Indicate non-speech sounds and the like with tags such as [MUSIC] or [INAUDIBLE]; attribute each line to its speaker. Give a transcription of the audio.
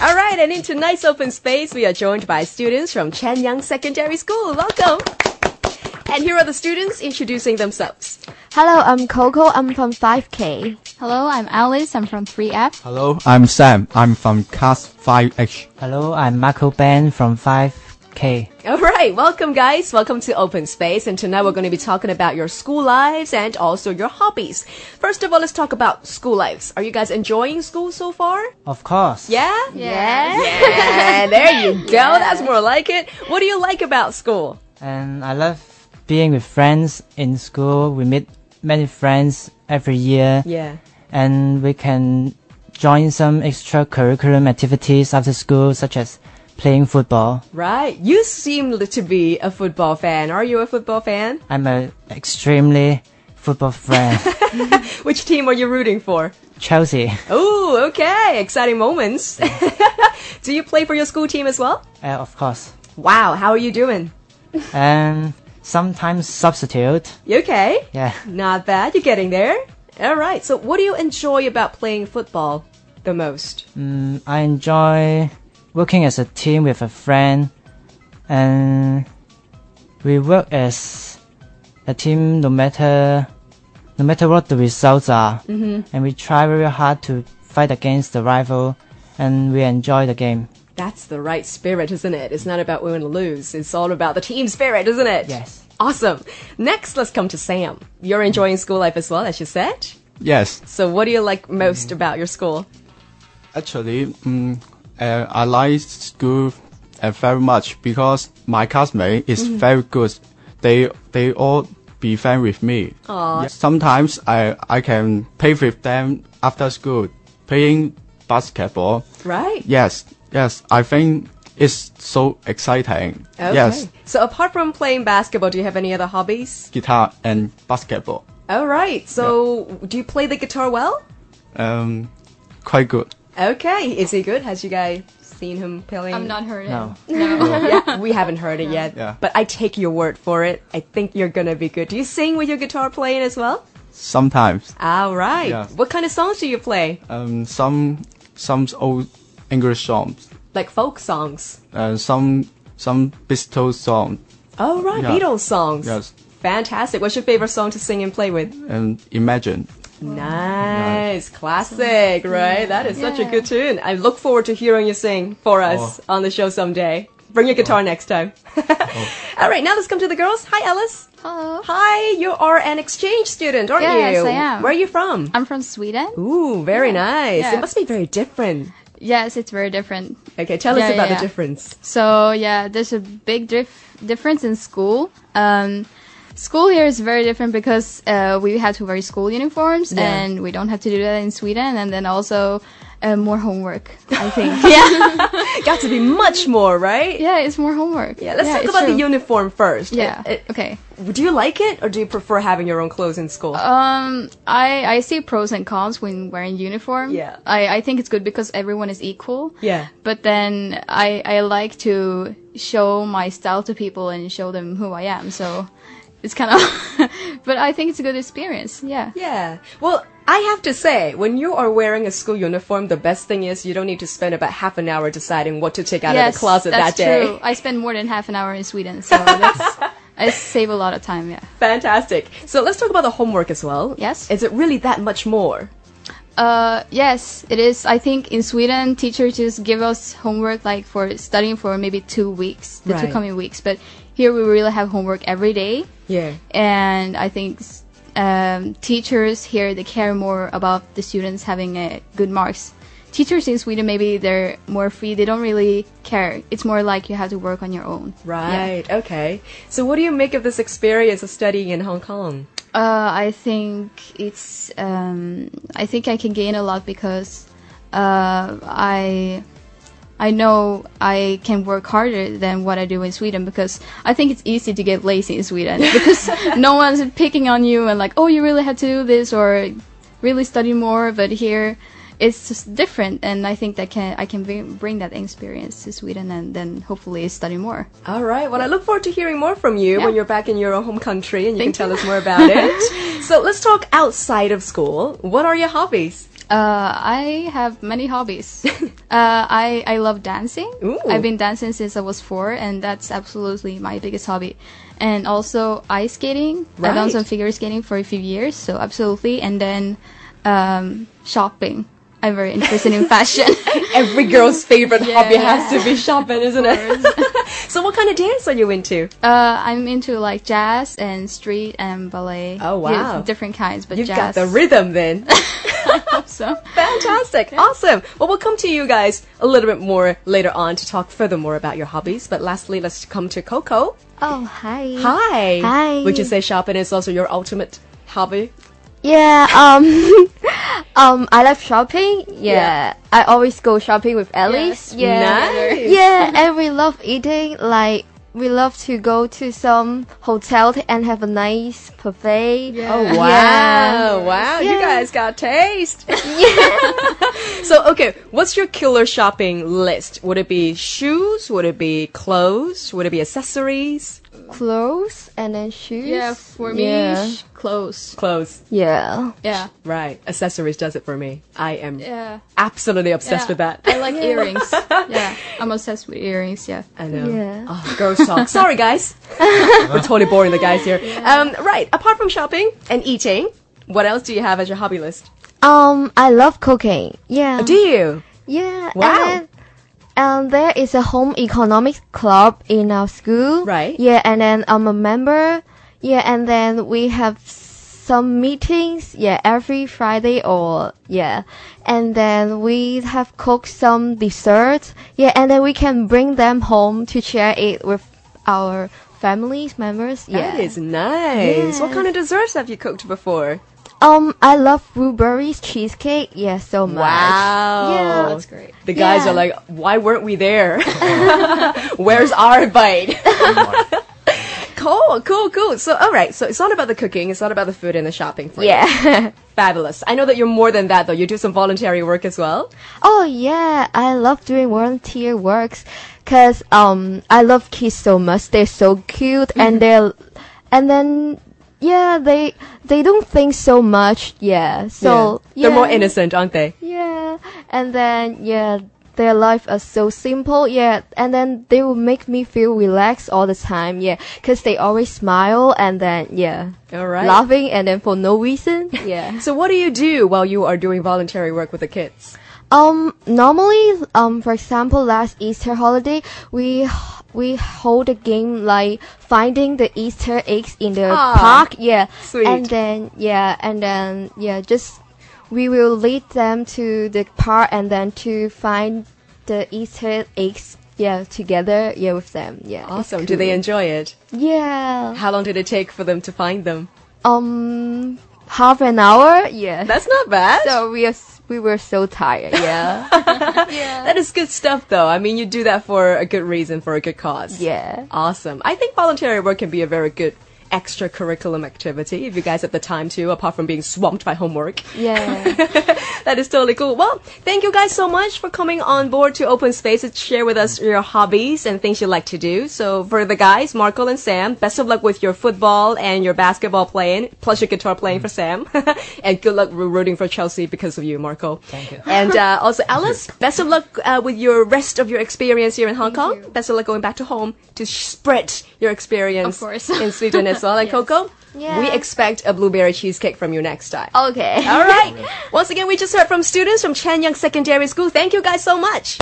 Speaker 1: All right, and in tonight's open space, we are joined by students from Chanyang Secondary School. Welcome. And here are the students introducing themselves.
Speaker 2: Hello, I'm Coco. I'm from 5K.
Speaker 3: Hello, I'm Alice. I'm from 3F.
Speaker 4: Hello, I'm Sam. I'm from Cast 5H.
Speaker 5: Hello, I'm Marco Ben from 5K.
Speaker 1: All right, welcome guys. Welcome to Open Space. And tonight we're going to be talking about your school lives and also your hobbies. First of all, let's talk about school lives. Are you guys enjoying school so far?
Speaker 5: Of course.
Speaker 1: Yeah?
Speaker 2: Yeah.
Speaker 1: Yeah, [LAUGHS] there you go. That's more like it. What do you like about school?
Speaker 5: And I love being with friends in school. We meet many friends every year
Speaker 1: Yeah.
Speaker 5: and we can join some extracurriculum activities after school such as playing football.
Speaker 1: Right. You seem to be a football fan. Are you a football fan?
Speaker 5: I'm an extremely football
Speaker 1: [LAUGHS]
Speaker 5: fan.
Speaker 1: Which team are you rooting for?
Speaker 5: Chelsea.
Speaker 1: Oh, okay. Exciting moments. [LAUGHS] do you play for your school team as well?
Speaker 5: Uh, of course.
Speaker 1: Wow, how are you doing?
Speaker 5: And sometimes substitute.
Speaker 1: You okay?
Speaker 5: Yeah.
Speaker 1: Not bad. You're getting there. All right. So, what do you enjoy about playing football the most?
Speaker 5: Mm, I enjoy working as a team with a friend, and we work as a team no matter no matter what the results are, mm-hmm. and we try very hard to fight against the rival, and we enjoy the game.
Speaker 1: That's the right spirit, isn't it? It's not about win or lose. It's all about the team spirit, isn't it?
Speaker 5: Yes.
Speaker 1: Awesome. Next, let's come to Sam. You're enjoying school life as well, as you said.
Speaker 4: Yes,
Speaker 1: So, what do you like
Speaker 5: Mm-hmm.
Speaker 1: most about your school?
Speaker 4: actually, mm, uh, I like school uh, very much because my classmate is very good. They they all be friend with me. Yeah, Sometimes I I can play with them after school, playing basketball.
Speaker 1: Right?
Speaker 4: Yes, yes, I think it's so exciting.
Speaker 1: Okay.
Speaker 4: Yes,
Speaker 1: So, apart from playing basketball, do you have any other hobbies?
Speaker 4: guitar and basketball.
Speaker 1: All right. So, do you play the guitar well?
Speaker 4: Um, quite good.
Speaker 1: Okay. Is he good? Has you guys seen him playing?
Speaker 3: I'm not hurting.
Speaker 5: No.
Speaker 1: [LAUGHS] yeah, we haven't heard it yet.
Speaker 4: Yeah.
Speaker 1: But I take your word for it. I think you're gonna be good. Do you sing with your guitar playing as well?
Speaker 4: Sometimes.
Speaker 1: All right.
Speaker 4: Yeah.
Speaker 1: What kind of songs do you play?
Speaker 4: um, some some old English songs,
Speaker 1: Like folk songs.
Speaker 4: uh, some some Beatles song,
Speaker 1: Oh right,
Speaker 4: Yeah.
Speaker 1: Beatles songs.
Speaker 4: Yes.
Speaker 1: Fantastic. What's your favorite song to sing and play with?
Speaker 4: and Imagine.
Speaker 1: Nice. Classic, right? That is such a good tune. I look forward to hearing you sing for us on the show someday. Bring your guitar next time. [LAUGHS] All right, now let's come to the girls. Hi, Alice.
Speaker 3: [LAUGHS] Hello.
Speaker 1: Hi, you are an exchange student, aren't
Speaker 3: Yes,
Speaker 1: you?
Speaker 3: I am.
Speaker 1: Where are you from?
Speaker 3: I'm from Sweden.
Speaker 1: Ooh, very nice.
Speaker 3: Yeah.
Speaker 1: It must be very different.
Speaker 3: Yes, it's very different.
Speaker 1: Okay, tell
Speaker 3: Yeah,
Speaker 1: us about
Speaker 3: yeah,
Speaker 1: the
Speaker 3: yeah.
Speaker 1: difference.
Speaker 3: So yeah, there's a big dif- difference in school. Um, school here is very different because uh, we had to wear school uniforms,
Speaker 1: Yeah.
Speaker 3: and we don't have to do that in Sweden. And then also uh, more homework. [LAUGHS] I think. yeah.
Speaker 1: Got to be much more, right?
Speaker 3: Yeah, it's more homework.
Speaker 1: Yeah, let's talk
Speaker 3: it's
Speaker 1: about the Uh,
Speaker 3: true.
Speaker 1: uniform first.
Speaker 3: Yeah.
Speaker 1: It- it-
Speaker 3: okay.
Speaker 1: do you like it or do you prefer having your own clothes in school?
Speaker 3: Um, I I see pros and cons when wearing uniform.
Speaker 1: Yeah.
Speaker 3: I I think it's good because everyone is equal.
Speaker 1: Yeah.
Speaker 3: But then I I like to show my style to people and show them who I am. So it's kind of, [LAUGHS] but I think it's a good experience. Yeah.
Speaker 1: Yeah. Well, I have to say, when you are wearing a school uniform, the best thing is you don't need to spend about half an hour deciding what to take out of the closet
Speaker 3: that's
Speaker 1: that day.
Speaker 3: true. I spend more than half an hour in Sweden, so that's, I save a lot of time. Yeah.
Speaker 1: [LAUGHS] Fantastic. So let's talk about the homework as well.
Speaker 3: Yes.
Speaker 1: Is it really that much more?
Speaker 3: Uh, yes, it is. I think in Sweden, teachers just give us homework like for studying for maybe two weeks, the
Speaker 1: Right.
Speaker 3: two coming weeks. But here we really have homework every day,
Speaker 1: Yeah.
Speaker 3: and I think s- um, teachers here they care more about the students having uh, good marks. Teachers in Sweden maybe they're more free. They don't really care. It's more like you have to work on your own. Yeah.
Speaker 1: Right. Okay. So what do you make of this experience of studying in Hong Kong?
Speaker 3: Uh, I think it's. Um, I think I can gain a lot because uh, I I know I can work harder than what I do in Sweden because I think it's easy to get lazy in Sweden because no one's picking on you and like, oh, you really had to do this or really study more. But here, it's just different, and I think that can I can bring bring that experience to Sweden and then hopefully study more.
Speaker 1: All right. Well, I look forward to hearing more from you
Speaker 3: Yeah.
Speaker 1: when you're back in your own home country and you
Speaker 3: Thank
Speaker 1: can tell
Speaker 3: you. [LAUGHS]
Speaker 1: us more about it. so let's talk outside of school. What are your hobbies?
Speaker 3: Uh, I have many
Speaker 1: [LAUGHS]
Speaker 3: hobbies. uh, I I love dancing.
Speaker 1: Ooh.
Speaker 3: I've been dancing since I was four, and that's absolutely my biggest hobby. And also ice skating. I've done
Speaker 1: Right.
Speaker 3: some figure skating for a few years, so absolutely. And then um, shopping. I'm very interested
Speaker 1: [LAUGHS]
Speaker 3: in fashion. [LAUGHS]
Speaker 1: Every girl's favorite hobby
Speaker 3: Yeah.
Speaker 1: has to be shopping, isn't it? [LAUGHS] so, what kind of dance are you into?
Speaker 3: Uh, I'm into like jazz and street and ballet.
Speaker 1: Oh, wow.
Speaker 3: Yeah, different kinds, but
Speaker 1: You've
Speaker 3: jazz.
Speaker 1: got the rhythm then.
Speaker 3: [LAUGHS]
Speaker 1: [LAUGHS]
Speaker 3: so.
Speaker 1: Fantastic. Awesome. Well, we'll come to you guys a little bit more later on to talk further more about your hobbies. But lastly, let's come to Coco.
Speaker 2: Oh, hi.
Speaker 1: Hi.
Speaker 2: Hi.
Speaker 1: Would you say shopping is also your ultimate hobby?
Speaker 2: Yeah, um, [LAUGHS] um, I love shopping. Yeah.
Speaker 1: Yeah.
Speaker 2: I always go shopping with Alice.
Speaker 3: Yes,
Speaker 2: yeah.
Speaker 1: Nice.
Speaker 2: Yeah, and we love eating. Like, we love to go to some hotel and have a nice buffet.
Speaker 3: Yeah.
Speaker 1: Oh, wow. Wow. You
Speaker 2: [LAUGHS] Yeah.
Speaker 1: guys got
Speaker 2: [LAUGHS]
Speaker 1: taste. [LAUGHS] so, okay, what's your killer shopping list? Would it be shoes? Would it be clothes? Would it be accessories?
Speaker 2: Oh, Clothes and then shoes.
Speaker 3: Yeah, for me,
Speaker 2: Yeah.
Speaker 3: sh- clothes.
Speaker 1: Clothes.
Speaker 2: Yeah.
Speaker 3: Yeah.
Speaker 1: Right. Accessories does it for me. I am
Speaker 3: Yeah.
Speaker 1: absolutely obsessed
Speaker 3: Yeah.
Speaker 1: with that.
Speaker 3: I like earrings. Yeah, I'm obsessed with earrings. Yeah.
Speaker 1: I know.
Speaker 2: Yeah.
Speaker 1: Oh, girls talk. Sorry,
Speaker 2: [LAUGHS]
Speaker 1: guys. We're totally boring the guys here. Um, right. Apart from shopping and eating, what else do you have as your hobby list?
Speaker 2: Um, I love cooking. Yeah.
Speaker 1: Do you?
Speaker 2: Yeah.
Speaker 1: Wow.
Speaker 2: And, and there is a home economics club in our school.
Speaker 1: Right.
Speaker 2: Yeah, and then I'm a member. Yeah, and then we have some meetings. Yeah, every Friday or yeah, and then we have cooked some desserts. Yeah, and then we can bring them home to share it with our families members. Yeah.
Speaker 1: That is nice. What kind of desserts have you cooked before?
Speaker 2: Um, I love blueberries cheesecake. Yeah, so much.
Speaker 1: Wow.
Speaker 2: Yeah.
Speaker 3: That's great.
Speaker 1: The guys
Speaker 2: Yeah.
Speaker 1: are like, why weren't we [LAUGHS] there? Where's our bite? [LAUGHS] cool, cool, cool. So, all right. So, it's not about the cooking. It's not about the food and the shopping for you.
Speaker 2: Yeah. [LAUGHS]
Speaker 1: Fabulous. I know that you're more than that, though. You do some voluntary work as well.
Speaker 2: Oh yeah, I love doing volunteer works because um I love kids so much. They're so cute
Speaker 1: Mm-hmm.
Speaker 2: and they're and then yeah they they don't think so much. Yeah, so yeah.
Speaker 1: They're more innocent, aren't they?
Speaker 2: Yeah, and then yeah their life is so simple. Yeah, and then they will make me feel relaxed all the time. Yeah, because they always smile and then yeah
Speaker 1: All right.
Speaker 2: laughing and then for no reason. Yeah.
Speaker 1: So what do you do while you are doing voluntary work with the kids?
Speaker 2: Um, normally, um, for example, last Easter holiday, we we hold a game like finding the Easter eggs in the
Speaker 1: Aw,
Speaker 2: park. Yeah,
Speaker 1: Ah, sweet.
Speaker 2: and then yeah, and then yeah, just we will lead them to the park and then to find the Easter eggs. Yeah, together. Yeah, with them. Yeah. it's
Speaker 1: Awesome. Do they
Speaker 2: cool.
Speaker 1: enjoy it?
Speaker 2: Yeah.
Speaker 1: How long did it take for them to find them?
Speaker 2: Um, half an hour. Yeah.
Speaker 1: That's not bad.
Speaker 2: so we are, s- we were so tired. Yeah.
Speaker 1: [LAUGHS] that is good stuff though. I mean, you do that for a good reason, for a good cause. [LAUGHS]
Speaker 2: yeah.
Speaker 1: Awesome. I think voluntary work can be a very good extracurriculum activity if you guys have the time to, apart from being swamped by homework.
Speaker 2: Yeah.
Speaker 1: [LAUGHS] that is totally cool. Well, thank you guys so much for coming on board to Open Space and share with us your hobbies and things you like to do. So for the guys, Marco and Sam, best of luck with your football and your basketball playing, plus your guitar playing for Sam, [LAUGHS] and good luck ro- rooting for Chelsea because of you, Marco. Thank you. And uh, [LAUGHS] also Alice, best of luck uh, with your rest of your experience here in Hong Kong. Best of luck going back to home to sh- spread your experience
Speaker 3: Of course.
Speaker 1: in Sweden as
Speaker 3: [LAUGHS]
Speaker 1: well. And Coco, we
Speaker 2: Yeah.
Speaker 1: expect a blueberry cheesecake from you next time.
Speaker 2: Okay.
Speaker 1: All right. Once again, we just heard from students from Chanyang Secondary School. Thank you guys so much.